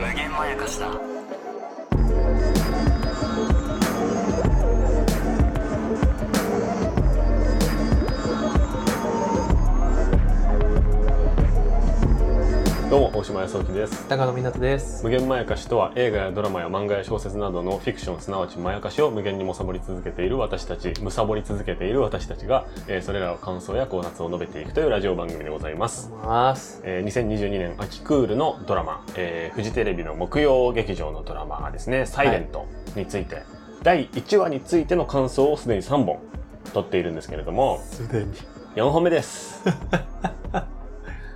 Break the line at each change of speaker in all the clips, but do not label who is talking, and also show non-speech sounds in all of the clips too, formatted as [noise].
した
どうも大島康之です
高野湊です
無限まやかしとは映画やドラマや漫画や小説などのフィクションすなわちまやかしを無限に貪り続けている私たち貪り続けている私たちが、えーそれらの感想や考察を述べていくというラジオ番組でございます
ます
えー2022年秋クールのドラマ、えーフジテレビの木曜劇場のドラマですね「サイレントについて、第1話についての感想をすでに3本撮っているんですけれども
すでに
4本目です
[laughs]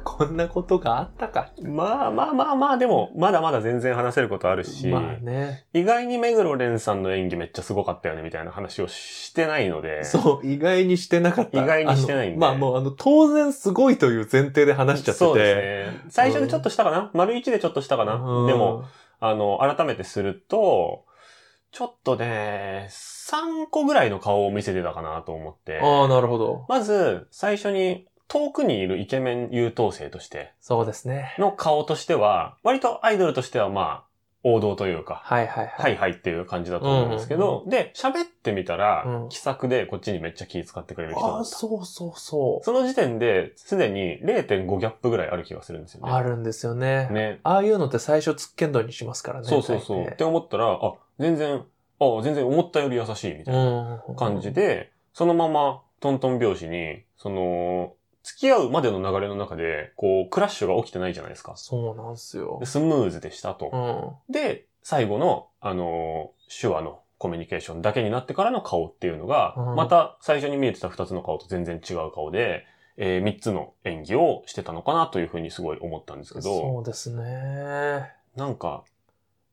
こんなことがあったか
まあまあまあまあでもまだまだ全然話せることあるし、
まあね
意外に目黒蓮さんの演技めっちゃすごかったよねみたいな話をしてないので
そう意外にしてなかった
意外にしてないんで
あのまあもうあの当然すごいという前提で話しちゃってて
そうですね最初でちょっとしたかな、丸一でちょっとしたかな、
うん
でもあの、改めてすると、ちょっとね、3個ぐらいの顔を見せてたかなと思って。
ああなるほど
まず、最初に、遠くにいるイケメン優等生として
そうですね
の顔としては、割とアイドルとしてはまあ、王道というか、
はいはいは、
はいいはいっていう感じだと思うんですけど、で、喋ってみたら、
うん
気さくでこっちにめっちゃ気使ってくれる人
あ
だっ
あ
た。
そうそうそう
その時点で、すでに0.5ギャップぐらいある気がするんですよね。
あるんですよね
ね。
ああいうのって最初つっけんどにしますからね
そうそうそう。っ
大
て思ったら、あ、全然、あ、全然思ったより優しいみたいな
抵うん
感じで、そのままトントン拍子に、その、付き合うまでの流れの中で、こう、クラッシュが起きてないじゃないですか。
そうなんですよ
でスムーズでしたと。
うん
で、最後の、あのー手話のコミュニケーションだけになってからの顔っていうのが、
うん
また最初に見えてた二つの顔と全然違う顔で、えー、三つの演技をしてたのかなというふうにすごい思ったんですけど。
そうですね
なんか、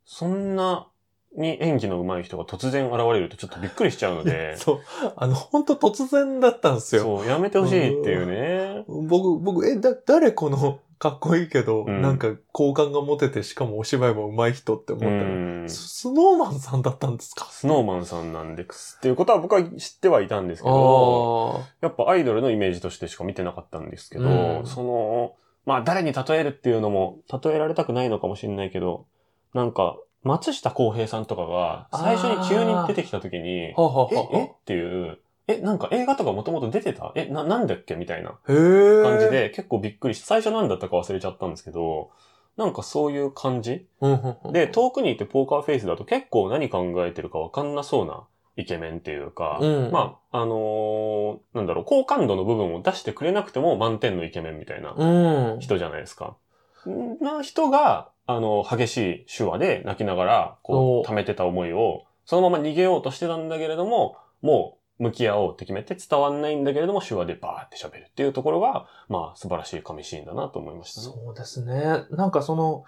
そんなに演技の上手い人が突然現れるとちょっとびっくりしちゃうので、
[laughs] そう。あの、本当突然だったんですよ。
そう、やめてほしいっていうね。
僕、僕、え、だ、誰この、かっこいいけど、
うん
なんか、好感が持てて、しかもお芝居も上手い人って思
う
ったら、
ん。ス
ススノーマンさんだったんですか
ノーマンさんなんですっていうことは僕は知ってはいたんですけ
あ
ど、
ー
やっぱアイドルのイメージとしてしか見てなかったんですけど、
うん
その、まあ誰に例えるっていうのも、例えられたくないのかもしれないけど、なんか、松下洸平さんとかが最初に急に出てきた時に、
はあは
え、
あはあ
えっていう、え、なんか映画とかもともと出てたえ、な、なんだっけみたいな。
へー
感じ、で、結構びっくりして、最初何だったか忘れちゃったんですけど、なんかそういう感じ
うんうんうん
で、、遠くにいてポーカーフェイスだと結構何考えてるかわかんなそうなイケメンっていうか、
うん
まあ、あのーなんだろう、好感度の部分を出してくれなくても満点のイケメンみたいな
うん。
人じゃないですか。んな人が、あの、激しい手話で泣きながら、こう、
お
溜めてた思いを、そのまま逃げようとしてたんだけれども、もう、向き合おうって決めて伝わんないんだけれども、手話でバーって喋るっていうところが、まあ、素晴らしい神シーンだなと思いましたね。
そうですね。なんかその、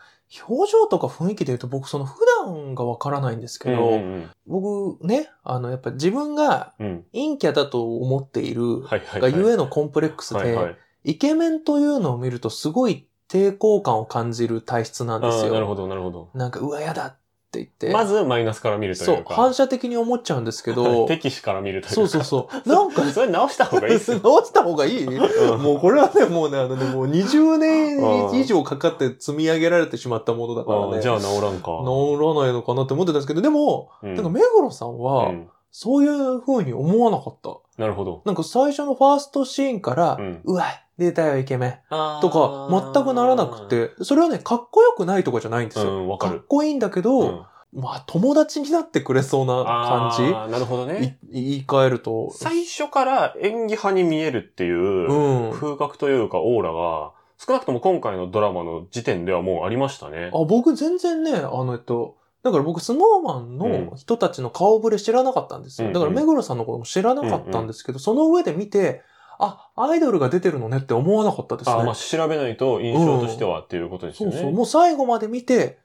表情とか雰囲気で言うと、僕、その、普段がわからないんですけど、
うんうん
僕、ね、あの、やっぱ自分が
うん、うん。
陰キャだと思っている、
はいはい、は
が
い。
ゆえのコンプレックスで、
はいはい。
イケメンというのを見るとすごい抵抗感を感じる体質なん
あ
です
あ、
よ。
なるほど、なるほど。
なんか、うわ、やだって言って。
まず、マイナスから見るとい
そうう、
か。
反射的に思っちゃうんですけど、
敵視から見るというか。
そうそうそう。なんか、
それ直した方がいいです [laughs] よ。
直した方がいいもうこれはね、もうね、あのね、もう20年以上かかって積み上げられてしまったものだか
あ
ら
あ
ね。
じゃあ治らんか。
治らないのかなって思ってたんですけど、でも、
うん
なんか目黒さん
う
は、
ん
そういう風に思わなかった。
なるほど。
なんか最初のファーストシーンから、
うん
うわ、出たよ、イケメン。と
と
か、全くならなくて、それはね、かっこよくないとかじゃないんです
う
よ。
んわかる
っこいいんだけど、まあ、友達になってくれそうな感
あーなるほど
じ
ね。
い言い換えると。
最初から演技派に見えるっていう
うん。あ、
風格というかオーラが、少なくとも今回のドラマの時点ではもうありましたね。
僕全然ね、あの、えっと、だから僕、スノーマン
うん
の人たちの顔ぶれ知らなかったんです
うんう
よ。
ん
だから、目黒さんのことも知らなかったんですけど、その上で見て、あ、アイドルが出てるのねって思わなかったです
あ
ね。
まあ調べないと印象としてはっていうことです
そ
よ
う
ね。
そう。もう最後まで見て、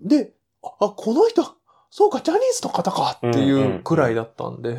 で、あ、あこの人、そうか、ジャニーズの方かっていうくらいだったんで、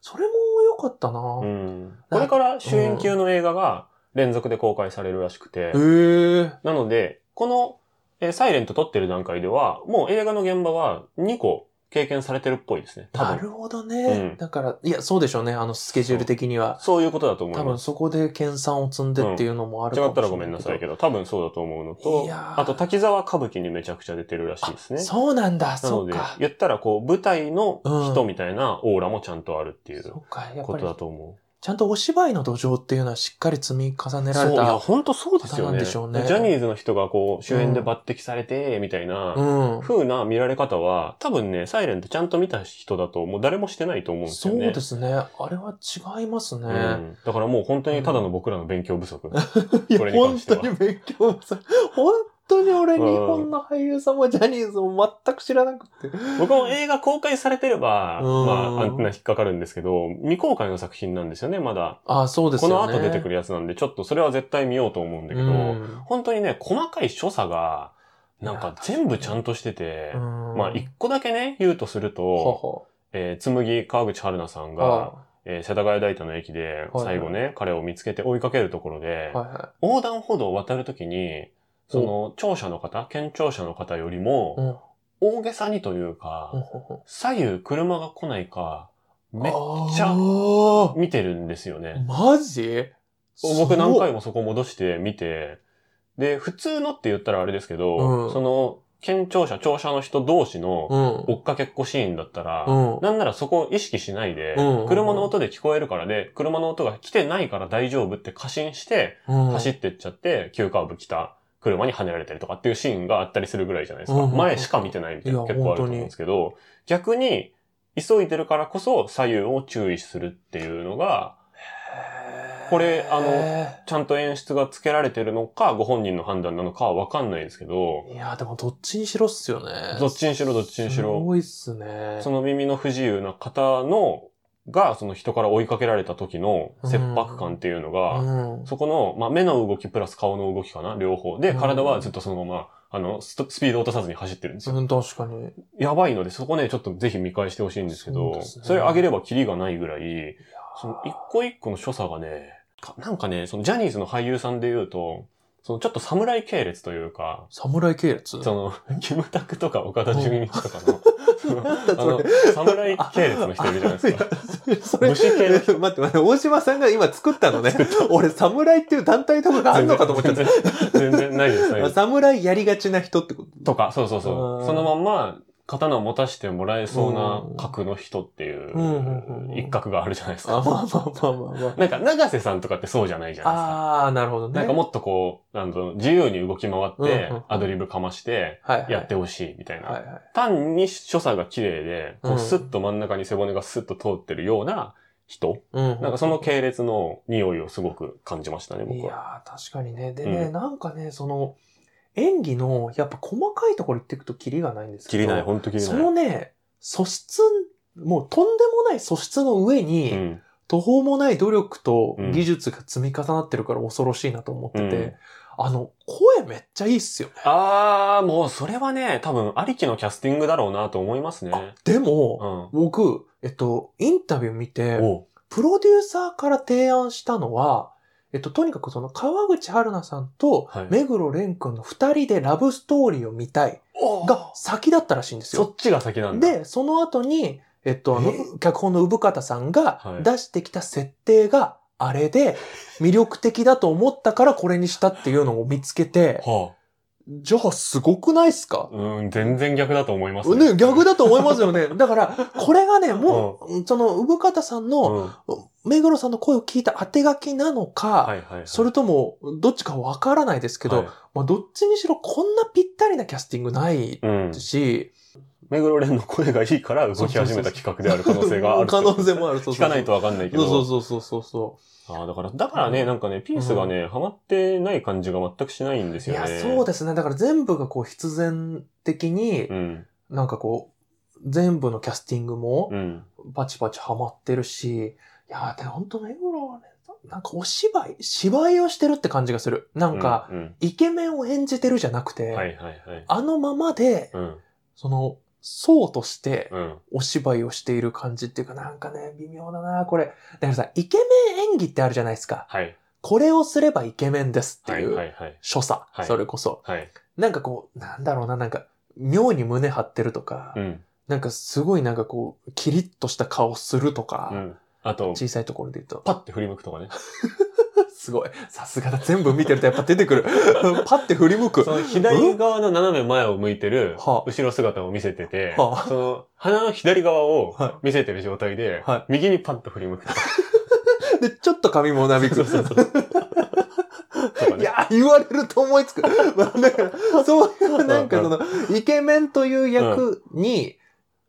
それも良かったな、
うんこれから主演級の映画が連続で公開されるらしくて、
へえ。
なので、この、えーサイレント撮ってる段階では、もう映画の現場は2個経験されてるっぽいですね。多
な
分。
るほどね、
うん
だから、いや、そうでしょうね。あの、スケジュール的には。
そういうことだと思いま
多分
す。
そこで研鑽を積んでっていうのもあるか
違
も
ったらごめんなさいけ
ど。
ど、多分そうだと思うの
い
と
や、ー
あと滝沢歌舞伎にめちゃくちゃ出てるらしいですね。
そうなんだ、
な
そ
の
う
で
か、。
言ったらこう、舞台の人みたいなオーラもちゃんとあるっていう
そうか、やっ
こ
ぱ
とだ
り、
と思
ちゃんとお芝居の土壌っていうのはしっかり積み重ね
う。
ら
そ
れ
う、いや、
た。
本当そうですよ
方なん
ね。
でしょうね
ジャニーズの人がこう、主演で抜擢されて、みたいな、
うん。
風な見られ方は、多分ね、サイレントちゃんと見た人だと、もう誰もしてないと思うんです
そ
よ
う
ね。
で。すね。あれは違いますね。
うん。だからもう本当にただの僕らの勉強不
[laughs]
足。
いや、
これに関
本
して
当
は
に勉強もさ、本当に俺、日
うん
本の俳優さんもジャニーズも全く知らなくて。
僕も映画公開されてれば、
うん
まあ、アンテナ引っかかるんですけど、未公開の作品なんですよね、まだ。
あ、そうです
こ
よね。
の後出てく
る
るやつなんで、ちょっとそれは絶対見ようと思うんだけど、本当にね、細かい所作が、なんか全部ちゃんとしてて、まあ、一個だけね、言うとすると、
個
えー、紬川口春奈さん
はは
が、えー世田谷大田の駅で
はい
最後ね、彼を見つけて追いかけるところで、
あはいは
横断歩道を渡るときに、その聴者の方、県庁舎の方より
い。うん
も、大げさにというか、
うんうんうん
左右車が来ないか、めっち
あ
ゃ
ー
見てるんですよね。
マジ
僕何回
も。
もそこ戻して見て、で、普通のって言ったらあれですけど、
うん
その、県庁舎、庁舎の人同士の
うん。
追っかけっこシーンだったら、
うん。
なんならそこを意識しないで、
うん
車の音で聞こえるからで、車の音が来てないから大丈夫って過信して、
うん
走ってっちゃって、急カーブ来た車に跳ねられたりとかっていうシーンがあったりするぐらいじゃないですか。
うんうん
前しか見てないみたいない
や
結構あると
本当
思う
に
んですけど、逆に、急いでるからこそ左右を注意するっていうのが、これあの
へ
ちゃんと演出がつけられてるのか、ご本人の判断なのかはわかんないですけど
ー、いや、でもどっちにしろっすよね。
どっちにしろどっちにし
す
ろ、
ごいっすね。
その耳の不自由な方の、が、その人から追いかけられた時の切迫感っていうのが、
うん
そこの、まあ、目の動きプラス顔の動きかな両方。で、
うん
体はずっとそのまま、あの、ストスピード落とさずに走ってるんですよ。
うん、確かに。
やばいので、そこね、ちょっとぜひ見返してほしいんですけ
そう
ど、
です
そ,、
ね
れ上げればキリがないぐらい、その一個一個の所作がね、かなんかね、そのジャニーズの俳優さんで言うと、そのちょっと侍系列というか、
侍系列
そ
[laughs]
の、キムタクとか岡田准一とかの、その
なんだ
あ
そ
の
れ。、
侍系列の人いるじゃないですか。
か。それ、
武士系の人
待って待って、大島さんが今作ったのね。
[laughs]
俺、侍っていう団体とかがあるのかと思っちゃっ
全然全然ないです、ないで
た。
す。
侍やりがちな人ってこと
とか、そうそうそうう。
ん
そのまんま、刀を持たせてもらえそうな
うん
格の人ってい
うんうんうんうん
う、一角があるじゃないですか。
あ、まあまあまあまあまあ。
なんか、長瀬さんとかってそうじゃないじゃないですか。
ああー、なるほどね。
なんかもっとこう、あの自由に動き回っ
うん
て
うんうん、
アドリブかまして、
はいはい
やってほしいみたいな。
はいはい。
単に所作が綺麗で、こ
うん
うスッと真ん中に背骨がスッと通ってるような人。
うん。
なんかその系列の匂いをすごく感じましたね、
い
僕は。
やー、確かにね。でね、
うん
なんかね、その、演技の、やっぱ細かいところ言っていくとキリがないんですけ
切
ど。
りない、ほんと切り
そ
な
の
い。
ね、素質、もうとんでもない素質の上に、
うん
途方もない努力と
うん
技術が積み重なってるから恐ろしいなと思ってて、
うん
あの、声めっちゃいいっすよね。
あー、もうそれはね、多分ありきのキャスティングだろうなと思いますね。
で
うん。
も、僕、えっと、インタビュー見て、
お
プロデューサーから提案したのは、えっと、とにかくその川口春奈さんと
はい
目黒蓮くんの二人でラブストーリーを見たいが
が、
先だったらしいんです
そ
よ。
っちが先なんだ。、
で、その後に、えっと、あの
え、
脚本の産方さんが
はい
出してきた設定があれで、魅力的だと思ったからこれにしたっていうのを見つけて、
は
じゃあすごくないっすか
あ、うん、全然逆だと思います
ね、逆だと思います
[laughs]
よね。だから、これがね、もう、その、産方さんの、
うんは
目黒さんの声を聞いた当て書きなの
いは
か、
いはい。
それとも、どっちかわからないですけ
は
ど
い、、
まあ、どっちにしろこんなぴったりなキャスティングない
うん。
し、
目黒蓮の声がいいから動き始めた企画である可能性がある。
[laughs] 可能性もある。そうそう
聞かないとわかんないけど。
そうそうそうそうそ
ああ、だから、だからね、なんかね、ピースがね、ハマってない感じが全くしないんです
う。い
よ
や、
ね。
そうですね。だから全部がこう必然的に
う、ん。
なんかこう、全部のキャスティングも
うん。
パチパチハマってるし、いやー、で、ほんと目黒はね、なんかお芝居、芝居をしてるって感じがする。なんか、
うん、うん
イケメンを演じてるじゃなくて、
はいはいはい。
あのままで、
うん。
その、層として
うん。
お芝居をしている感じっていうか、なんかね、微妙だなこれ。だからさ、イケメン演技ってあるじゃないですか。
はい。
これをすればイケメンですって
はいいは
う
いはい。
所作。
はい
それこそ。
はい。
なんかこう、なんだろうな、なんか、妙に胸張ってるとか、
うん。
なんかすごいなんかこう、キリッとした顔するとか、
うん。あと、
小さいところで言うと、 [laughs]
パッて振り向くとかね。
すごい。さすがだ。全部見てるとやっぱ出てくる。 [laughs] パッて振り向く。
その左側の斜め前を向いてる
はあ
後ろ姿を見せてて、
はあ
その鼻の左側を
は
見せてる状態で、
は
右にパッと振り向くとか。
で、ちょっと髪もなびく。
そうそうそう。とか
[laughs] い
ね。
や、言われると思いつく。まあだから、そういう、なんかその、イケメンという役に、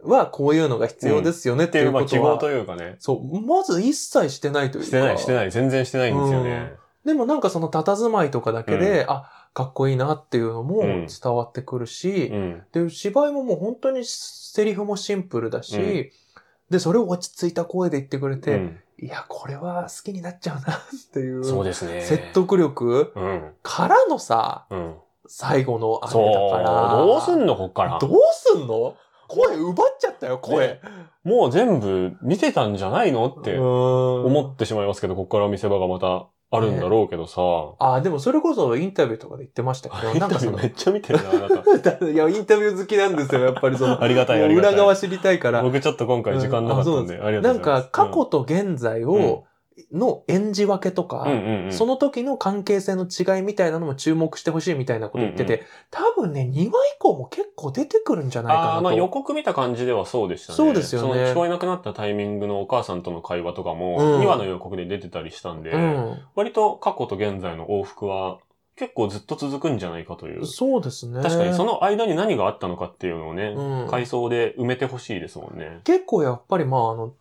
はこういうのが必要ですよねっ
っててい、
いうう
まあ、
こ
記
と
号
は、
というかね。
そう、まず一切してないというか。
してない、してない。全然してないんですよね。
でもなんかその佇まいとかだけで、あ、かっこいいなっていうのも伝わってくるし、
うん。
で、芝居ももう本当にセリフもシンプルだし、
うん
で、それを落ち着いた声で言ってくれ
う
て、
ん
いや、これは好きになっちゃうなっていう、
そうですね。
説。得力
うん。
からのさ、
うん。
最後のあ
そう。
れだから。
どうすんの、こっから
ど。うすんの声奪っちゃったよ、声
ね。もう全部見てたんじゃないのって思
思
ってしまいますけど、こっからお見せ場がまたあるんだろうけどさ。
あ、でもそれこそインタビューとかで言ってましたけど、なんかその
め、っちゃ見てるな、あ
[laughs]
なた。
いや、インタビュー好きなんですよ、やっぱりその。
ありがたい、ありがたい。
裏側知りたいから。
僕ちょっと今回時間なかったんで、ありがと
な
うんございま
か、
す。
過去と現在を、の演じ分けとか、
うん、うんうんうん
その時の関係性の違いみたいなのも注目してほしいみたいなこと言ってて、
う
多分ね、2話以降も結構出てくるんじゃない
あ
か
あ、
な
まあ
と。
予告見た感じではそうでしたね。
そうですよね
その聞こえなくなったタイミングのお母さんとの会話とかも、
うん
2話の予告で出てたりしたんで、割と過去と現在の往復は結構ずっと続くんじゃないかという
うん。。そうですね。
確かにその間に何があったのかっていうのをね、
うん
回想で埋めてほしいですもんね。
結構やっぱりまああの、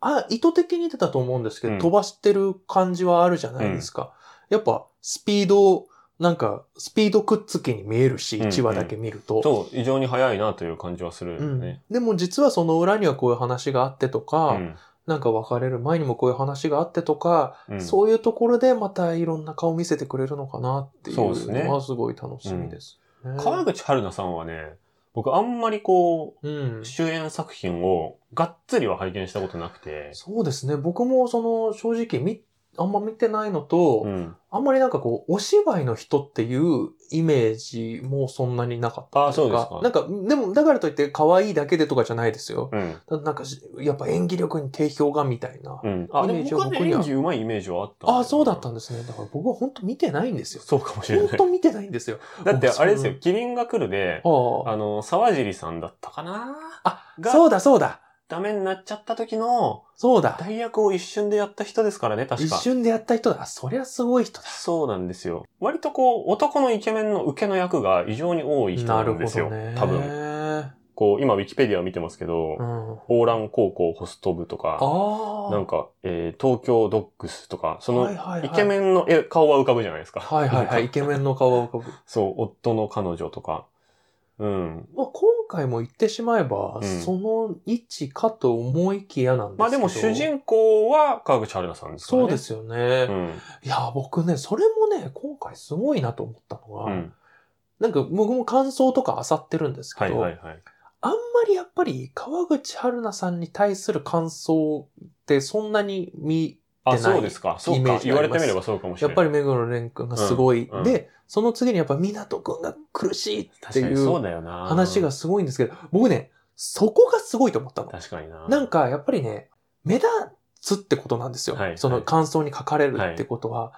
あ、意図的に出たと思うんですけど、
うん
飛ばしてる感じはあるじゃないですか。やっぱスピード、なんかスピードくっつきに見えるし、
うん
1話だけ見ると。
そう、異常に早いなという感じはする
うんん
でね。
でも実はその裏にはこういう話があってとか、
うん
なんか別れる前にもこういう話があってとか、
うん
そういうところでまたいろんな顔見せてくれるのかなっていう
そうですね
のはすごい楽しみですね、
川口春奈さんはね、僕あんまりこ
うん
う、。主演作品をがっつりは拝見したことなくて、
そうですね。僕もその正直み、あんま見てないのと、
うん
あんまりなんかこう、お芝居の人っていうイメージもそんなになかった
あそうですか
なんか、でも、だからといって可愛いだけでとかじゃないですよ。
うん。
だなんかし、やっぱ演技力に定評がみたいな。
うん。あ、でも
イメージ
僕
は
はね
僕には
演技うまいイメージはあったんだよな。
ああ、そうだったんですね。だから僕は本当見てないんですよ。
そうかもしれな
本
い。
当見てないんですよ。
だって、あれです
う
よ、キリンが来るで、
ああ
あの、沢尻さんだったかな
あ、
が
そうだそうだ。
ダメになっちゃった時の、
そうだ。
代役を一瞬でやった人ですからね、確
一
か。
瞬でやった人だ。あそりゃすごい人だ。
そうなんですよ。割とこう、男のイケメンの受けの役が異常に多い人
な
な
る
ん
ほ
ですよ。
どね。
多分。こう、今、ウィキペディアを見てますけど
う、ん。
オーラン高校ホスト部とか、
ああ。
なんか、えー東京ドッグスとか、その、イケ
ン。
メンの絵顔は浮かぶじゃないですか。
はいはいはい。イケメンの顔を浮かぶ。
そう、夫の彼女とか。うん。
まあ、今回も言ってしまえば、
うん
その位置かと思いきやなんですけど。
まあでも主人公は川口春奈さんですから
そ
ね。
うですよね。
うん。
いや、僕ね、それもね、今回すごいなと思ったのが、
うん。
なんか僕も感想とか漁ってるんですけ
はい
ど、
はいはい。
あんまりやっぱり川口春奈さんに対する感想ってそんなに見、
あ、
出ない
そうですか。そ
イ
う
メ
か
ー。ジ
言
が
わ
あり
れ
ます
てみればそうかもし
や
れ
っ
ない。
ぱり目黒蓮君がすごい。
うんうん
で、その次にやっぱ湊君が苦しいって
確か
い
にそう
う
だよな。
話が。すごいんですけど、僕ね、そこがすごいと思ったの。
確かにな。
なん、かやっぱりね、目立つってことなんですよ。
はい
その感想に書かれるってことは。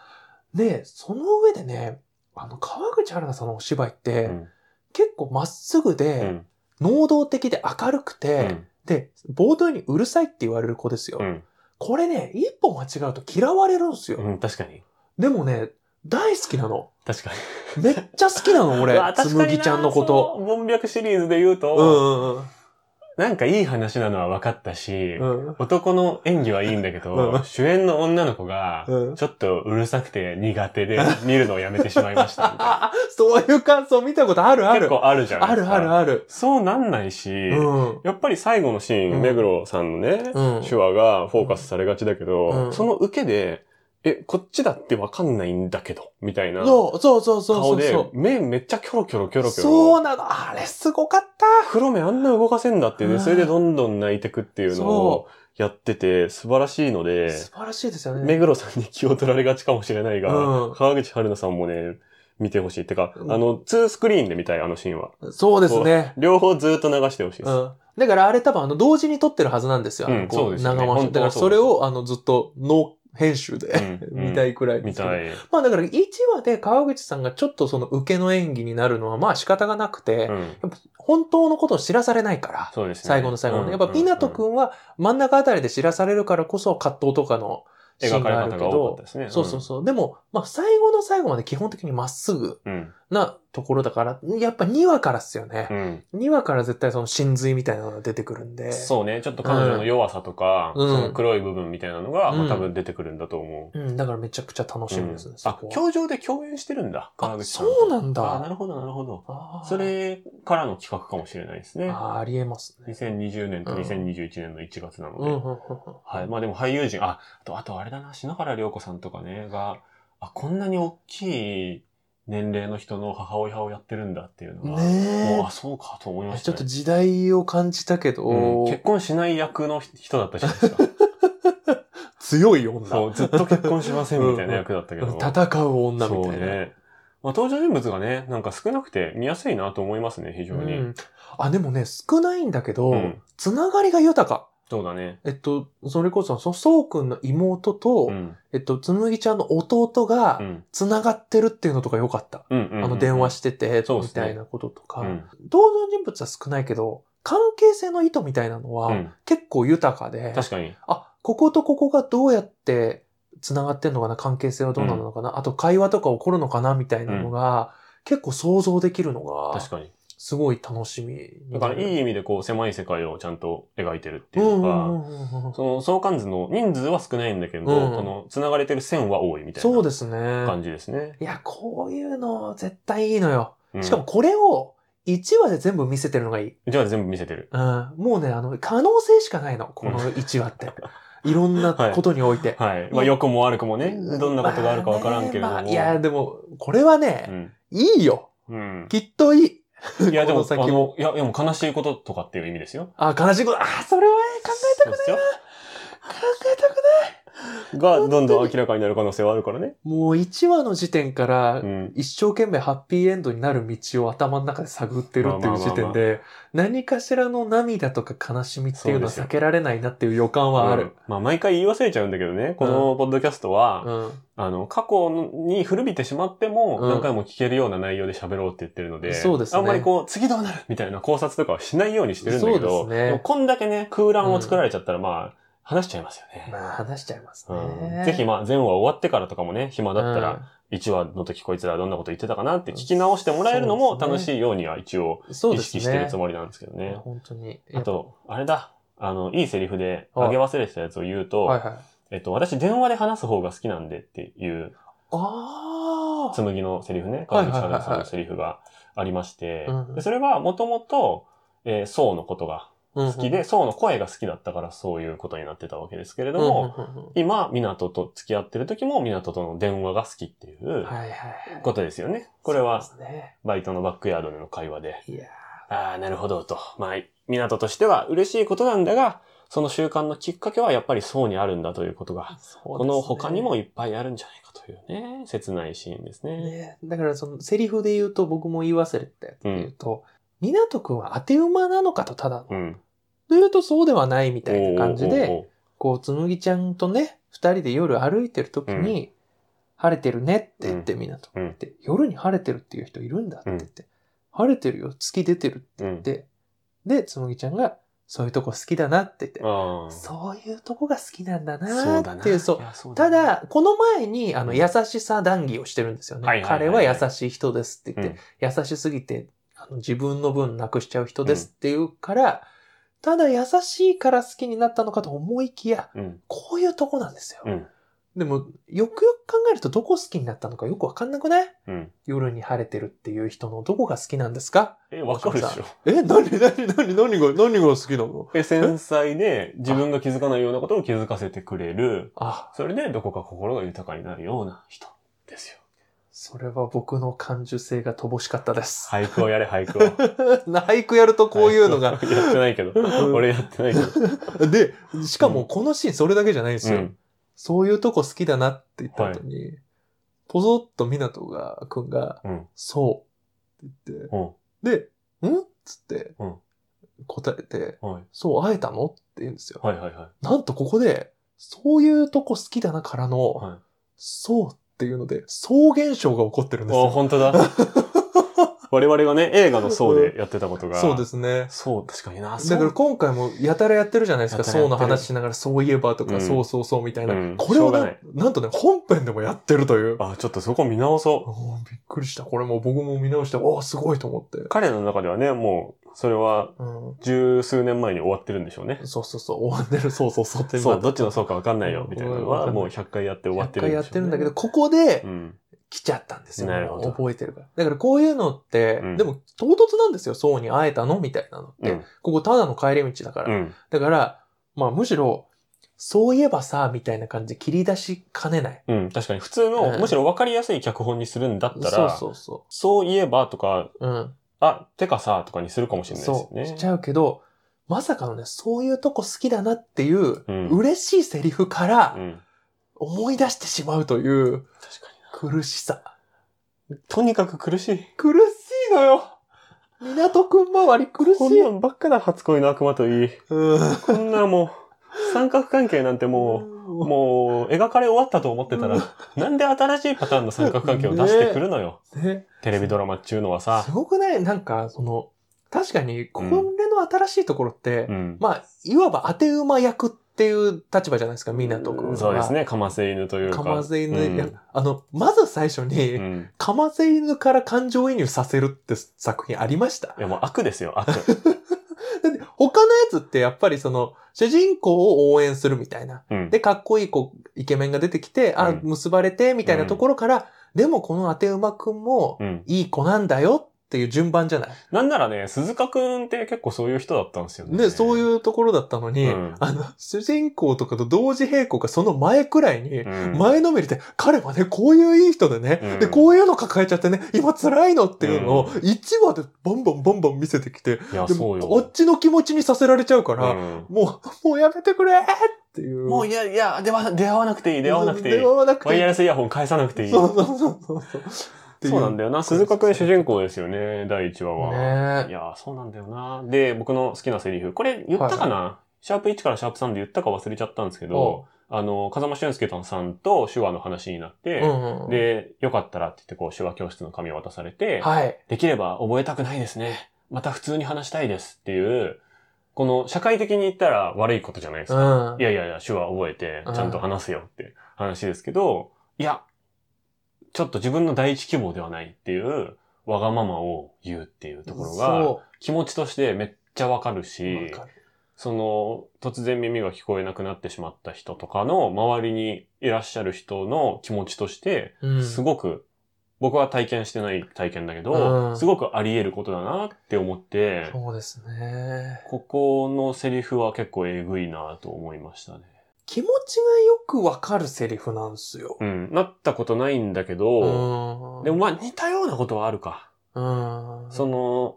で、その上でね、あの、川口春奈さんのお芝居って、
うん。
結構まっすぐ
う
で、
ん。
能動的で明るく
う
て、
ん
で、冒頭にうるさいって言われる子ですよ。
うん。
これね、一歩間違うと嫌われるんですよ。
うん。確かに。
でもね、大好きなの。
確かに。
めっちゃ好きな
[laughs]
の、俺
うわ。
つむぎちゃんのこ。と。
確かになその文脈シリーズで言う
う
と、
んうん
なんかいい話なのは分かったし、
うん。うん
男の演技はいいんだけ
う
ど、
ん
主演の女の子が
うん、
ちょっとうるさくて苦手で見るのをやめてしまいましたみたい
あそういう感想見たことあるあ
な。
る。
結構あるじゃない
あ
です
る
か。
あるある。
そうなんないし、
うん。
やっぱり最後のシーン、
うん
目黒さんのね、
うん。
手話がフォーカスされがちだけど、
うん
その受けで、え、こっちだってわかんないんだけど、みたいな顔
そうそうそうそうそう
で、
そう。
目めっちゃキョロキョロキョロキョロ。
そうなの。あれすごかった。
黒目あんな動かせんだって、
う
ね、
ん
それでどんどん泣いてくっていうのを
そ
やってて、素晴らしいので、
素晴らしいですよね。
目黒さんに気を取られがちかもしれないが、
うん
川口春奈さんもね、見てほしい。てか、
うん
あの、ツースクリーンで見たい、あのシーンは。
そうですね。
両方ずっと流してほしいです。
うん。だからあれ多分あの同時に撮ってるはずなんですよ。あの
うん
こ
そうですよね
長回し。
本当
だか
は
ら
そう
そ
です
れをあのずっとノ編集で
うん
[laughs] 見たいくらいで
見
すけど
たい。
まあだから1話で川口さんがちょっとその受けの演技になるのはまあ仕方がなくて、
うん。
本当のことを知らされないから、
そうですね。
最後の最後
う
の。
ん
やっぱピナト君は真ん中あたりで知らされるからこそ葛藤とかのシー
描
ン
かれ
がある
方
け
が多かっ
ど
た、ですね。
そうそうそう。でも、まあ最後の最後まで基本的にまっすぐ
うん。うん。
なところだから、やっぱ2話からっすよね。
うん。
2話から絶対その真髄みたいなのが出てくるんで。
そうね。ちょっと彼女の弱さとか、
うん
その黒い部分みたいなのが、ま
う
あ、
ん
多分出てくるんだと思う。
うん、だからめちゃくちゃ楽しみですね、
うん
そ
あ
こ、は
教場で共演してるんだ。川口さんと。
そうなんだ
あなるほど、なるほど。
あー
それからの企画かもしれないですね。
あーありえますね。
2020年と
うん
2021年の1月なの
う
で。
ん、うん、うんうん。
はい。まあでも俳優陣、あ、あと、あとあれだな、篠原涼子さんとかね、が、あ、こんなに大きい年齢の人の母親をやってるんだっていうのが、もう、
ね
あ、そうかと思いま
え。
し
ち
た
ょっ
ね。
と時代を感じたけど、
うん結婚しない役の人だったじゃないです [laughs] か。
強い女。
そう、ずっと結婚しませんみたいな役だったけど。
戦う女み
そう
たいな。
ね。まあ、登場人物がね、なんか少なくて見やすいなと思いますね、非常
う
に。
ん、あ、でもね、少ないんだけど、
うん
つながりが豊か。
そうだね。
えっと、それこそ、そそうくんの妹と、
うん。
えっと、つむぎちゃんの弟が
う、ん。
つながってるっていうのとか良かった。
うん。うん
あの、電話
し
してて、
そうっ
み
すね
たいなこととか、
うん
登場人物は少ないけど、関係性の意図みたいなの
う
は
ん。
結構豊かで、
確かに。
あ、こことここがどうやって繋がってんのかな、関係性はどうなのかな、あと会話とか起こるのかな、みたいなのが、結構想像できるのが、
確かに。
すごい楽しみ
だから、いい
っ
意味でこう、狭い世界をちゃんと描いてるって
て
い
いううか、
か、その相関図の人数は少ないんだけど、
うん
その、繋がれてる線は多いみたい
そう
な
ですね。
感じですね。
いや、こういうの絶対いいのよ。
うん
しかも、これを1話で全部見せてるのがいい。
じゃあ全部見せてる。
うん、もうね、あの、可能性しかないの、この1話って。いろんなことにおいて。
はい。まあ、良くも悪くもね、どんなことがあるかわからんけれど
まあ
も。
ねまあいや、でも、これは
う
ね、
ん。
いいよ。
うん。
きっといい。
いや、でも、
この先
あ
も。
のいや、でも悲しいこととかっていう意味ですよ。
あ、悲しいこと。あ、それはね考えたくない。
そう
考えたくない。
ですよが、どんどん明らかになる可能性はあるからね。
もう1話の時点から
う、ん。
一生懸命ハッピーエンドになる道を頭の中で探ってるっていう時
まあまあまあ
点
ま
で、何かしらの涙とか悲しみっていうのは
そうですよ
避けられないなっていう予感はあ
うん
る。。
まあ、毎回言い忘れちゃうんだけどね、このポッドキャストは、
うん。
あの、過去に古びてしまっても、
うん
何回も聞けるような内容で喋ろうって言ってるので、
そうですね
あんまりこう、次どうなるみたいな考察とかはしないようにしてるんだけど、
そうですね
もこんだけね、空欄を作られちゃったら、まあ、話しちゃいますよね。
まあ話しちゃいます
う
ね。
ん、ぜひ、まあ、前話終わってからとかもね、暇だったら、
ら、
1話の時こいつらどんなこと言ってたかなって聞き直してもらえるのも
そう
楽
ですね
しいようには一応
そう
意
です
識
ね。
してるつもりなんですけどね。
本当に。
あと、あれだ。あの、いいセリフで
はい
上げ忘れてたやつを言うと、
はいはい。
えっと、私電話で話す方が好きなんでっていう、
ああ。
紬のセリフね、
は
川
いはい
口
はいはい
春さんのセリフがありまして、
うん
でそれはもともと、えー、宋のことが
好
好きで、、宋の声が好きだったからそういうことになってたわけですけれ
う
ど
んうんうん
も、今、港と付き合ってる時も港との電話が好きっていう
はいはい。
ことですよね。これは
そうですね。
バイトのバックヤードでの会話で。
いや
ああ、なるほどと。まあ、港としては嬉しいことなんだが、その習慣のきっかけはやっぱりそうにあるんだということが、
ーそうですね
この他にもいっぱいあるんじゃないかというね、切ないシーンですね。
ね、だからそのセリフで言うと僕も言い忘れてたやつで言うと、港くんは当て馬なのかとただの。
う
と
ん。
言うとそうではないみたいな感じ
おー
で、
おーおー
こう、つむぎちゃんとね、二人で夜歩いてる時に、晴れてるねって言って港くんって、夜に晴れてるっていう人いるんだって言って、晴れてるよ、月出てるって
うん。
言って、で、つむぎちゃんが、そういうとこ好きだなって言って、
ああ。
そういうとこが好きなんだ
そ
な
うだ
ー
な。
っていう、そう
い、やそう
た
な、
だ、この前に、あ
う
の、
ん
優しさ談義をしてるんですよね。
はいはいはい
彼
は
はい優しい人ですって言って、優しすぎて、あの自分の分なくしちゃう人ですっていうから、ただ優しいから好きになったのかと思いきや、
うん。うん。
こういうとこなんですよ。
うん
でも、よくよく考えるとどこ好きになったのかよくわかんなくない
うん。
夜に晴れてるっていう人のどこが好きなんですか
え、わかるでしょ。
え、なになになに何が、何が好きなの
え、繊細で自分が気づかないようなことを気づかせてくれる、
あ、
それでどこか心が豊かになるような人ですよ。
それは僕の感受性が乏しかったです。
俳句をやれ、俳句を。
[laughs] 俳句やるとこういうのが
[laughs] や、ってないけど。俺やってない
[laughs]
けど。
で、しかもこのシーンそれだけじゃないんですよ。
うん
そういうとこ好きだなって言った後に、ぽそっと湊が、くんが、
うん
そうって言って、
うん
で、んっつって
うん、
答えて、
はい。
そう、会えたのって言うんですよ。
はいはいは
なんとここで、そういうとこ好きだなからの、
い。はい、あ
そうっていうので、そう現象が起こってるんですよ。
本当
[laughs]
だ。我々がね、映画の層でやってたことが。。
そうですすね。
そう、確かにな。
だから
そう
今回もやたらやってるじゃないですか。
やたらや
そ
っ
う
てる
の話しながら、そういえばと
う
か、
ん
そうそうそうみたいな。
うん
これ
し
を
ょうが
な
ない
なんとね、本編でもやってるという。
あ、ちょっとそこ見直そう。
おーびっくりした。これも僕も見直して、おーすごいと思って。
彼の中ではね、もう、それは
う
十数年前に終わってるんでしょうね。
ん。そうそうそう、終わってる。そうそうそうって
そう、どっちの層かわかんないよ、みたいなの
うんわか
は、
んない
もう100回やって終わっ
1
てる
回
ん
や
で
っ
してょうね
るんだけど、、ここで
うん。
来ちゃったんですよ。
なるほど
覚えてるから。だからこういうのって、
うん
でも唐突なんですよ。そうに会えたのみたいなのって。
うん
ここただの帰り道だから。
うん。
だから、まあむしろ、そういえばさ、みたいな感じで切り出しかねない。
うん。確かに、普通
う
の、
ん
むしろ分かりやすい脚本にするんだった
そう
ら、
そうそ
そういえばとか、
う。うん。
あ、てかさ、とかにするかもしれないで
そう。
す
し
よ
ち
ね。
ゃうけど、まさかのね、そういうとこ好きだなっていう、
うん
嬉しいセリフから
うん。
思い出してしまうとい
確
う
か
苦しさ。
に。とにかく苦しい。
苦しいのよ港くん周り苦し
こん
い。
なんばっかだ、初恋の悪魔といい。
うん。
こんなもう、三角関係なんてもう、
も
もう、描かれ終わったと思ってた
う
ら
ん、
なんで新しいパターンの三角関係を出してくるのよ。
う、ね、
テレビドラマっちゅうのはさ
す。ごくないなんか、その、確かに、これの新しいところって、
うん。
まあ、いわば当て馬役っていう立場じゃないですか、港くんは。
そうです。ね、かませ犬というか。
かませ犬、
うん
いやあの、まず最初に、
うん。
かませ犬から感情移入させるって作品ありました
いや、もう悪ですよ、悪。
だって他のやつってやっぱりその、主人公を応援するみたいな。
うん。
[laughs] で、かっこいい子、イケメンが出てきて、あ、
うん
結ばれて、みたいなところから、でもこの当て馬くんも、
うん。
いい子なんだよっていう順番じゃない。
なんならね、鈴鹿くんって結構そういう人だったんですよね。
ね、そういうところだったのに、
うん
あの、主人公とかと同時並行か、その前くらいに、
うん
前のめりで、彼はね、こういういい人でね、
うん
で、こういうの抱えちゃってね、今辛いのっていうのを、
う
1話でバンバンバンバン見せてきて、
いや、
で
そう
も、
よ。
こっちの気持ちにさせられちゃうか
う
ら、
ん
もう、 [laughs] もうやめてくれっていう。
もういや、いや、出は出会わなくていい、出会わなくていい
出会。わなくて
ワイ
いい
ヤレスイヤホン返さなくていい。
そ
そう
そうそうそうそう。っていう
なんだよな。鈴鹿くん主人公ですよね、第1話は。い
ね
や、そうなんだよな。で、僕の好きなセリフ。これ言ったかな、シャープ1からシャープ3で言ったか忘れちゃったんですけ
え。
ど、あの、風間俊介さんと手話の話になって、
うんうん、
で、よかったらって言って、こう、手話教室の紙を渡されて、
はい。
できれば覚えたくないですね。また普通に話したいですっていう、この社会的に言ったら悪いことじゃないです
う
か。
ん
い。やいやいや、手話覚えて、ちゃんと話せよって話ですけど、いや、ちょっと自分の第一希望ではないっていう、わがままを言うっていうところが、
そ
気持ちとしてめっちゃわかる
う。
し
わ、かる
その、突然耳が聞こえなくなってしまった人とかの周りにいらっしゃる人の気持ちとして、
うん
すごく、僕は体験してない体験だけ
う
ど、
ん
すごくあり得ることだなって思って、
そうですね。
ここのセリフは結構えぐいなと思いましたね。
気持ちがよくわかるセリフなんですよ。
うん。なったことないんだけど、
うん。
でもまあ似たようなことはあるか。
うん。
その、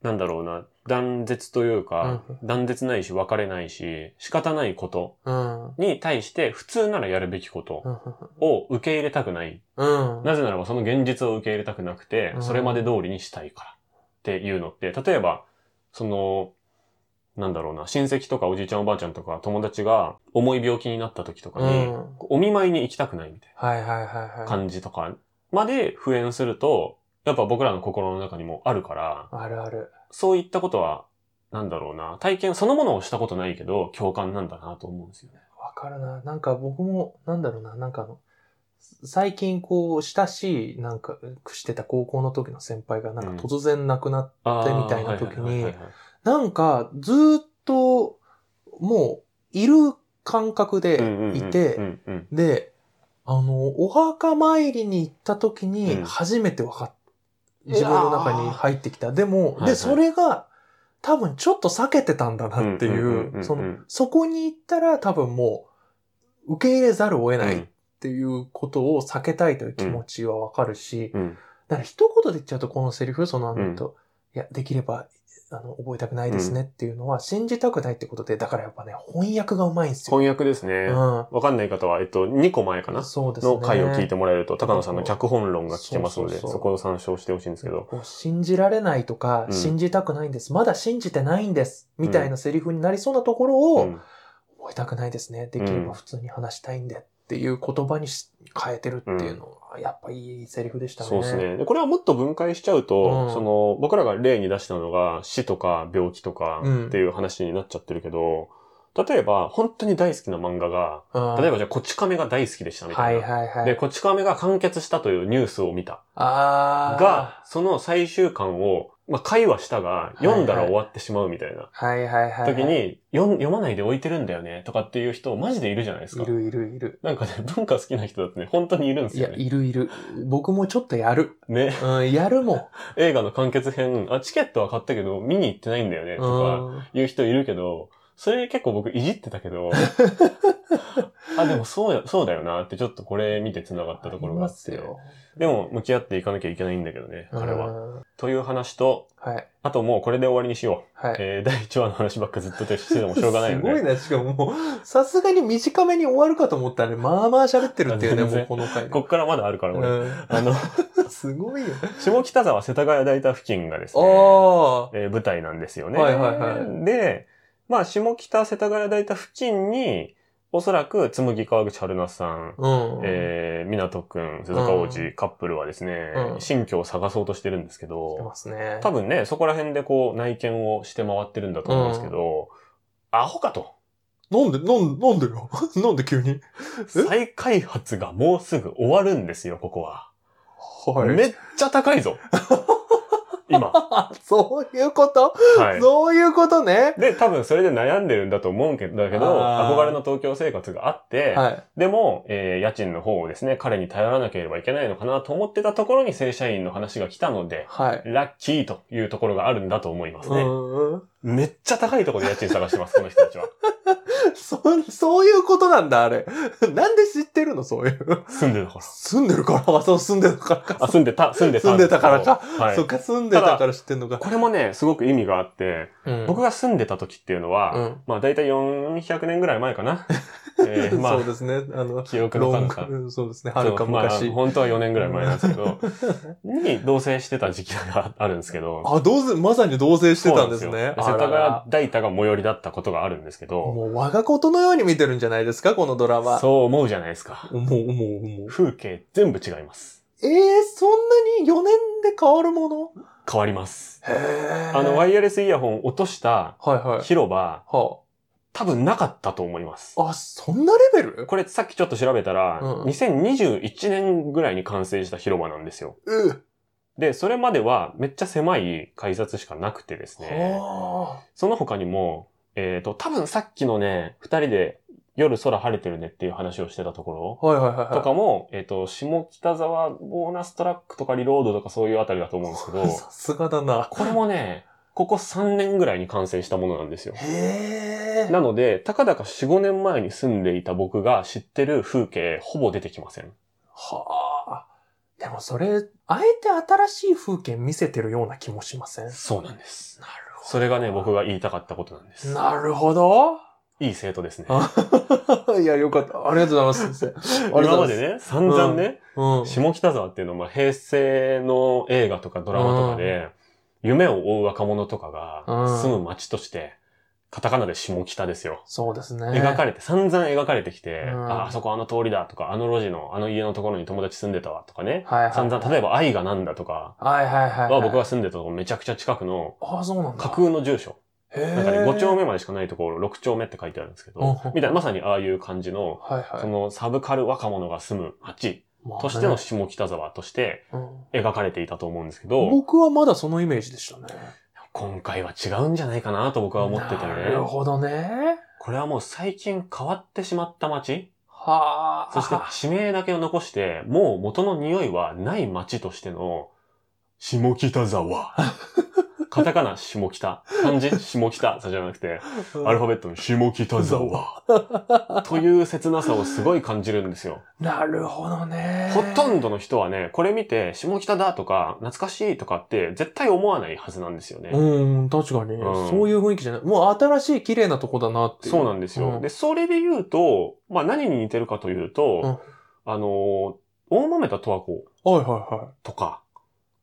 なんだろうな、断絶というか、断絶ないし別れないし、仕方ないこと
うん。うん。
に対して普通ならやるべきことを受け入れたくない。
うん。
なぜならばその現実を受け入れたくなくて
う、ん
それまで通りにしたいからっていうのって、例えば、その、なんだろうな、親戚とかおじいちゃんおばあちゃんとか友達が重い病気になった時とか
う
に、
ん。
お見舞いに行きたくないみたいな。
はいはいはいはい。
感じとかまで普遍すると、やっぱ僕らの心の中にもあるから、
あるある。
そういったことは、なんだろうな、体験そのものをしたことないけど、共感なんだなと思うんですよね。
わかるな。なんか僕も、なんだろうな、なんかあの、最近こう、親しい、なんか、してた高校の時の先輩が、なんか突然亡くなっ
あ
ーみたいな時になんか、ずーっと、もう、いる感覚でいて、
うんうん
で、あの、お墓参りに行った時に
うん、
初めて分かっ、
いやー
自分の中に入ってきた。でも、
はいは
で、
い
それが、多分ちょっと避けてたんだなってい
うんうんうんうんう
う、
ん
その、そこに行ったら多分もう、受け入れざるを得ないっていうことを避けたいという気持ちはわかるし、
うんうん
だから一言で言っちゃうと、このセリフ、その、
うん
と、いや、できれば、あの、覚えたくないですねっていうのは、信じたくないってことで、だからやっぱね、翻訳がうまいんですよ。
翻訳ですね。わ、
う
かんない方は、えっと、2個前かな、
ん。そうですね。
の回を聞いてもらえると、高野さんの脚本論が聞けますので、
そうそうそう
そこを参照してほしいんですけど。
こう信じられないとか、
うん
信じたくないんです。まだ信じてないんです。みたいなセリフになりそうなところを、
うん
覚えたくないですね。できれば普通に話したいんでっていう言葉にし変えてるっていうのは、やっぱいいセリフでしたね。
そうですね。で、これはもっと分解しちゃうと、
うん
その、僕らが例に出したのが死とか病気とか
うん
っていう話になっちゃってるけど、例えば、本当に大好きな漫画が、
うん。
例えばじゃあ、こち亀が大好きでしたみた
はいい
な。
はいはい。
で、こち亀が完結したというニュースを見た。
あー
が、、その最終巻を、まあ、会話したが、
いはい
読んだら終わってしまうみたいな
はいはいはいはい。
時に、読ん読まないで置いてるんだよね、とかっていう人、マジでいるじゃないですか
い。るいるいる。
なんかね、 [laughs] 文化好きな人だってね、本当にいるんです
い
よ
や、
ね。
いるいる。僕もちょっとやる。
ね。
うん、やるもん。
映画の完結編、あ、チケットは買ったけど、見に行ってないんだよね、とか、
うん
いう人いるけど、それ結構僕いじってたけ
[laughs]
ど、あ、でもそうや、そうだよなって、ちょっとこれ見て繋がったところがあって。。でも、向き合っていかなきゃいけないんだけどね、
あります
彼
よ
は。
うん
という話と、
はい。
あともうこれで終わりにしよう。
はい。
えー、第1話の話ばっかずっとしててもしょうがないよ
すごい
ね。
な、しかももう、さすがに短めに終わるかと思ったらね、まあまあ喋ってるっていうね、
全然
もうこの回で。
こっからまだあるから、これ。あの、 [laughs]
うんすごいよ。
下北沢世田谷大田付近がですね、
ああ。
えー舞台なんですよね。
はいはいは
で、まあ、下北世田谷大田付近に、おそらく、紬川口春奈さん、
うん。
えー、港くん、鈴鹿王子、カップルはですね、
うん
新居を探そうとしてるんですけ
して
ど、
ますね。
多分ね、そこら辺でこう、内見をして回ってるんだと思うんですけど、アホかと。
なんで、なんなんでよ。 [laughs] なんで急に。え
再開発がもうすぐ終わるんですよ、ここは。
はい。
めっちゃ高
[laughs]
いぞ今。は
そういうこと
い。
そういうことね。
で、多分それで悩んでるんだと思うんけど、だけど、
あー
憧れの東京生活があって、
はい。
でも、えー家賃の方をですね、彼に頼らなければいけないのかなと思ってたところに正社員の話が来たので、
はい。
ラッキーというところがあるんだと思いますね。
うん。
めっちゃ高いところで家賃探してます、この人たちは。
そ、そういうことなんだ、あれ。 [laughs] なんで知ってるの、そういう。
住んでたから。
[laughs] 住んでるから、 [laughs] あそう、住んでるから
あ、
か。
住んでた、住んでた。
住んでたからか。
はい
そっ。か、住んでたから知ってんのか。
これもね、すごく意味があって、
うん
僕が住んでた時っていうのは、
うん
まあ大体400年ぐらい前か
[laughs]
な。えーまあ
そう、ですね。あの、
記憶の
ロン
彼方。
グ、そうですね。はるか
そう
昔
まあ、。本当は4年ぐらい前なんですけ
[laughs]
ど、に同棲してた時期があるんですけど、
あ、同棲、まさに同棲してたんです
そうな
ね
よ。世
あ
田
らら
谷大田が最寄りだったことがあるんですけど、
もう我がことのように見てるんじゃないですか、このドラマ。
そう思うじゃないですか。
う。もう、もう、もう。
風景全部違います。
ええそんなに4年で変わるもの
変わります。
へえ。
あの、ワ
はい
イヤレスイヤホン落とした
はい。
広場、
は
多分なかったと思います。
あ。あ、そんなレベル
これさっきちょっと調べたら、
うん
2021年ぐらいに完成した広場なんですよ。
うん。は
で、それまではめっちゃ狭い改札しかなくてですね。
あ。
その他にも、えっ、と、多分さっきのね、二人で夜空晴れてるねっていう話をしてたとこ
はいはいはい
ろと
は
かも、えっ、と、下北沢ボーナストラックとかリロードとかそういうあたりだと思うんですけど
い。、 [laughs] さすがだな。
これもね、ここ3年ぐらいに完成したものなんですよ。
へえ。
なので、たかだか4、5年前に住んでいた僕が知ってる風景、ほぼ出てきません。
はあ。でもそれ、あえて新しい風景見せてるような気もしませんなる
そうなんです。
ほど。
それがね、僕が言いたかったことなんです。
なるほど。
いい生徒ですね。
[laughs] いや、よかった。ありがとうございます、先生。あり
[laughs] 今
がとうご
ま
ざ
で
い
ね、散々ね、
ます。
下北沢っていうのは、まあ、平成の映画とかドラマとかで、夢を追う若者とか
う
が
ん
住む街として、カタカナで下北ですよ
うん。。そうですね。
描かれて、散々描かれてきて、
うん
あ、あそこあの通りだとか、あの路地の、あの家のところに友達住んでたわとかね。
はいはい。
散々、例えば愛がなんだとか、
はいはいはいはい。
は僕が住んでたとこめちゃくちゃ近くの
ああ、そうなんだ。
架空の住所。
へえ。
なんかね、5丁目までしかないところ、6丁目って書いてあるんですけど
うん、
みたいな、まさにああいう感じの、
はいはい。
そのサブカル若者が住む街
まあね
としての下北沢として、
うん
描かれていたと思うんですけど、
僕はまだそのイメージでしたね。
今回は違うんじゃないかなと僕は思っててね
な。るほどね。
これはもう最近変わってしまった街
はあ。
そ
[laughs]
して地名だけを残して、もう
[laughs]
元の匂いはない街としての、下北沢カタカナ、下北。漢字、下北。そうじゃなくて、アルファベットの下北沢。
[laughs]
という切なさをすごい感じるんですよ。
なるほどね。
ほとんどの人はね、これ見て、下北だとか、懐かしいとかって、絶対思わないはずなんですよね。
うん、確かに、
うん
そういう雰囲気じゃない。もう新しい綺麗なとこだなっていう。
そうなんですよ。
うん
で、それで言うと、まあ何に似てるかというと、あのー、大豆田十和子
はいはいはい。
とか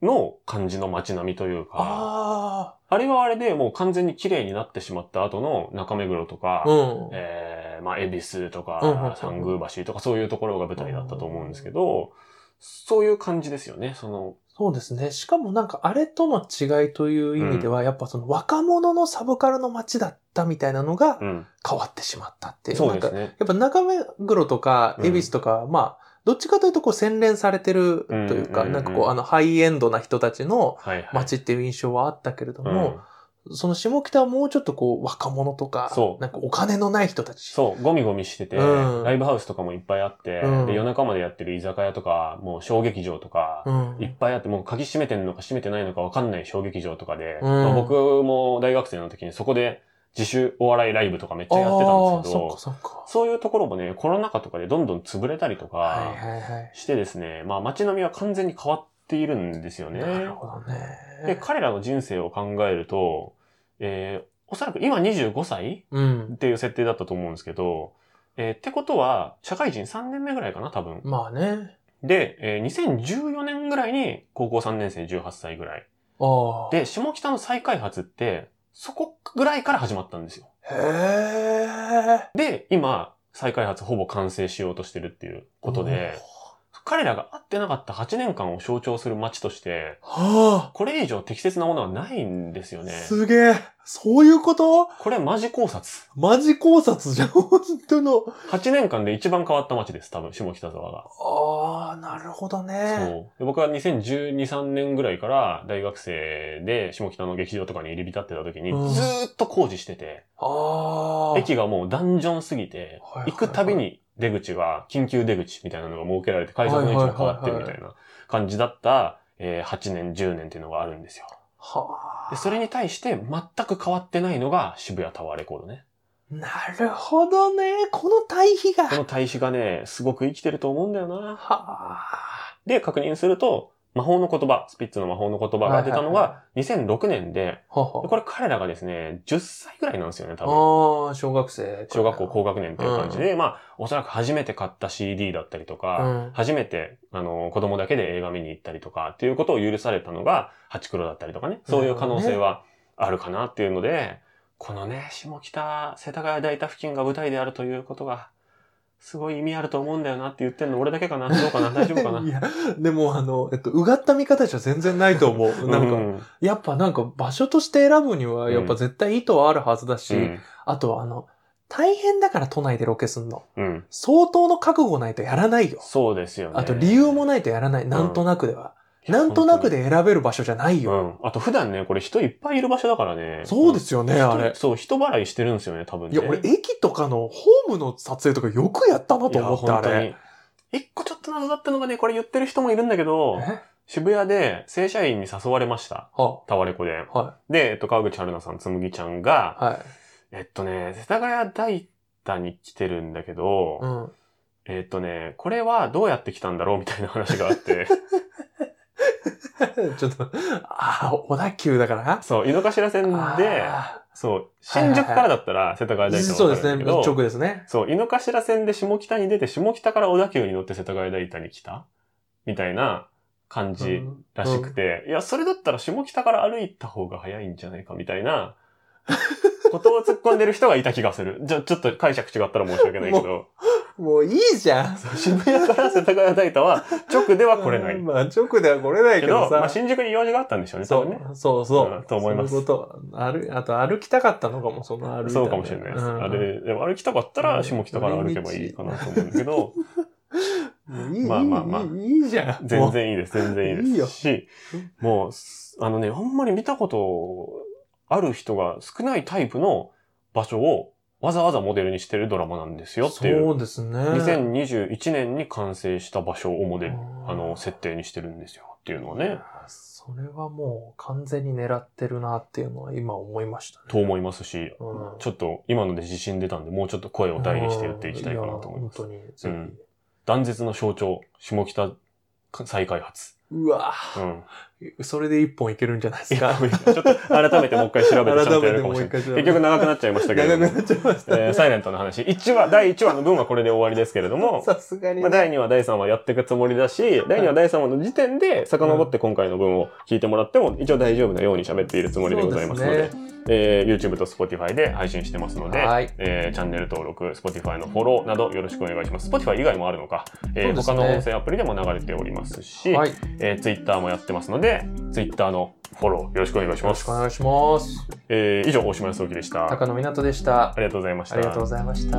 の感じの街並みというか、あ
あ
れはあれでもう完全に綺麗になってしまった後の中目黒とか
あ。、うん。
えー、まあ、恵比寿と
うんうん
か
うん、
三宮橋とかそういうところが舞台だったと思うんですけど、そういう感じですよね、その、
そうですね。しかもなんかあれとの違いという意味では、やっぱその若者のサブカルの街だったみたいなのが
うん。
変わってしまったっていう。
そうで
なん
す
か
ね。
やっぱ中目黒とか
うん
恵比寿とかは、まあ、どっちかというとこう洗練されてるというか、
うんうんうん
なんかこうあのハイエンドな人たちの
はいはい。
街っていう印象はあったけれど
う
も、
ん、
その下北はもうちょっとこう若者とか
そ、う
なんかお金のない人たち。
そう、ゴミゴミしてて、
うん
ライブハウスとかもいっぱいあって、
うん
で、夜中までやってる居酒屋とか、もう小劇場とか、
うん
いっぱいあって、もう鍵閉めてんのか閉めてないのかわかんない小劇場とかで、
うん
まあ僕も大学生の時にそこで自主お笑いライブとかめっちゃやってたんですけ
ああ、
ど、
そっかそっか。
そういうところもね、コロナ禍とかでどんどん潰れたりと
はい
か
はいはい。
してですね、まあ街並みは完全に変わっているんですよね。
なるほどね。
で、彼らの人生を考えると、えー、おそらく今25歳
うん
っ。ていう設定だったと思うんですけど、えーってことは、社会人3年目ぐらいかな、多分。
まあね。
で、えー2014年ぐらいに高校3年生18歳ぐらい。
ああ。
で、下北の再開発って、そこぐらいから始まったんですよ。
へえ。
で、今、再開発ほぼ完成しようとしてるっていうことで、彼らが会ってなかった8年間を象徴する街として、
おー。は
これ以上適切なものはないんですよ
あ、
ね。
すげえ。そういうこと
これマジ考察。
マジ考察じゃん、本当の。
8年間で一番変わった街です、多分、下北沢が。
ああ、なるほどね。
そう。で僕は2012、3年ぐらいから大学生で下北の劇場とかに入り浸ってた時に、
うん
ずーっと工事してて、
ああ。
駅がもうダンジョンすぎて
はいはいは、い
行くたびに出口が緊急出口みたいなのが設けられて、改札の位置が変わってるみたいな感じだった、えー8年、10年っていうのがあるんですよ。
は
で、
あ。
それに対して全く変わってないのが渋谷タワーレコードね。
なるほどね。この対比が。
こ
は
の対比がね、すごく生きてると思うんだよな。
あ。
で、確認すると、魔法の言葉、スピッツの魔法の言葉が出たの
はいはい
が2006年で、
はは
でこれ彼らがですね、10歳ぐらいなんですよね、多分。
ああ、小学生。
小学校高学年っていう感じで、まあ、おそらく初めて買った CD だったりと
う
か、
ん。
初めて、あの、子供だけで映画見に行ったりとか、っていうことを許されたのが、ハチクロだったりとかね、そういう可能性はあるかなっていうので、このね、下北、世田谷大田付近が舞台であるということが、すごい意味あると思うんだよなって言ってんの俺だけかなどうかな大丈夫かな
[laughs]
い
や、でもあの、えっと、うがった見方じゃ全然ないと思う。なんか、
うん
やっぱなんか場所として選ぶには、やっぱ絶対意図はあるはずだし、
うん
あとはあの、大変だから都内でロケすんの。
うん。
相当の覚悟ないとやらないよ。
そうですよね。
あと理由も
ない。
ないとやらない。なんとなくでは。なんとなくで選べる場所じゃないよ。
うん。あと普段ね、これ人いっぱいいる場所だからね。
そうですよね、
人
あれ。
そう、人払いしてるんですよね、多分
い
ね。
や、俺、駅とかのホームの撮影とかよくやったなと思って、あ
い
れ。
や。本当に一個ちょっと謎だったのがね、これ言ってる人もいるんだけど、
え
渋谷で正社員に誘われました。
は
タワレコで。
あ、は
で、えっと、川口春奈さん、つむぎちゃんが、
い、はい。
えっとね、世田谷大田に来てるんだけど、
うん。 [laughs]
えっとね、これはどうやって来たんだろうみたいな話があ
[laughs]
って、
ちょっと、ああ、小田急だから
そう、井の頭線で、
あ
そう、新宿からだったら世田
ー
谷大田
そう
わ
で
かる
す
んだけど
ね。直ですね。
そう、井の頭線で下北に出て、下北から小田急に乗って世田谷大田に来たみたいな感じ
うん
らしくて、いや、それだったら下北から歩いた方が早いんじゃないかみたいな、 [laughs] ことを突っ込んでる人がいた気がする。じゃ、ちょっと解釈違ったら申し訳ないけど、
もういいじゃん。
そう渋谷から世田谷大田は直では来れない。
まあ、直では来れない
け
け
ど、
どさ。
まあ、新宿に用事があったんでしょうね、
そ
多
う
分ね。
そうそうう。
んと思います
そういうこと。歩あと、歩きたかったのかも、その歩いた
そうかもしれないです。あれ、でも歩きたかったら下北から歩けばいいかなと思うんだけど、
うんいい、
まあまあまあ
いい、いいじゃん。
全
もう。
然いいです、全然いいです。
いいよ
し、もう、すあのね、あんまり見たことある人が少ないタイプの場所をわざわざモデルにしてるドラマなんですよっていう。
そうですね。
2021年に完成した場所をモデル、あの、設定にしてるんですよっていうのはね。
それはもう完全に狙ってるなっていうのは今思いましたね。
と思いますし、
うん
ちょっと今ので自信出たんで、もうちょっと声を大にして言っていきたいかなと思います。
や本当に、ぜひ
うん断絶の象徴、下北再開発。
うわ
うん。
ぁそれで一本いけるんじゃないです
ちょ [laughs]
か。
っと改めてもう一回調べてちゃんとやるかもしれない。
改めてもう一回調
[laughs]
べ
結
て
局長くなっちゃいましたけれど
長
も。
くなっちゃいましたね。
えーサイレントの話。1話、第1話の分はこれで終わりですけれど
[laughs]
も、
さすがに、ね
まあ、第2話、第3話やっていくつもりだし、第2話、第3話の時点で遡って今回の分を聞いてもらっても、一応大丈夫なように喋っているつもりでございますの
そう
で、
ですね
えー YouTube と Spotify で配信してますので、
はい
えーチャンネル登録、Spotify のフォローなどよろしくお願いします。Spotify 以外もあるのか、えー
そうです
他
ね
の音声アプリでも流れておりますし、
はい。よ
えー Twitter もやってますので、Twitter のフォローよろしくお願いし
ろ
ま
し
す
くお。願いします。
えー以上、大島康之でした。あ
高野湊でした。
りがとうございました。
ありがとうございました。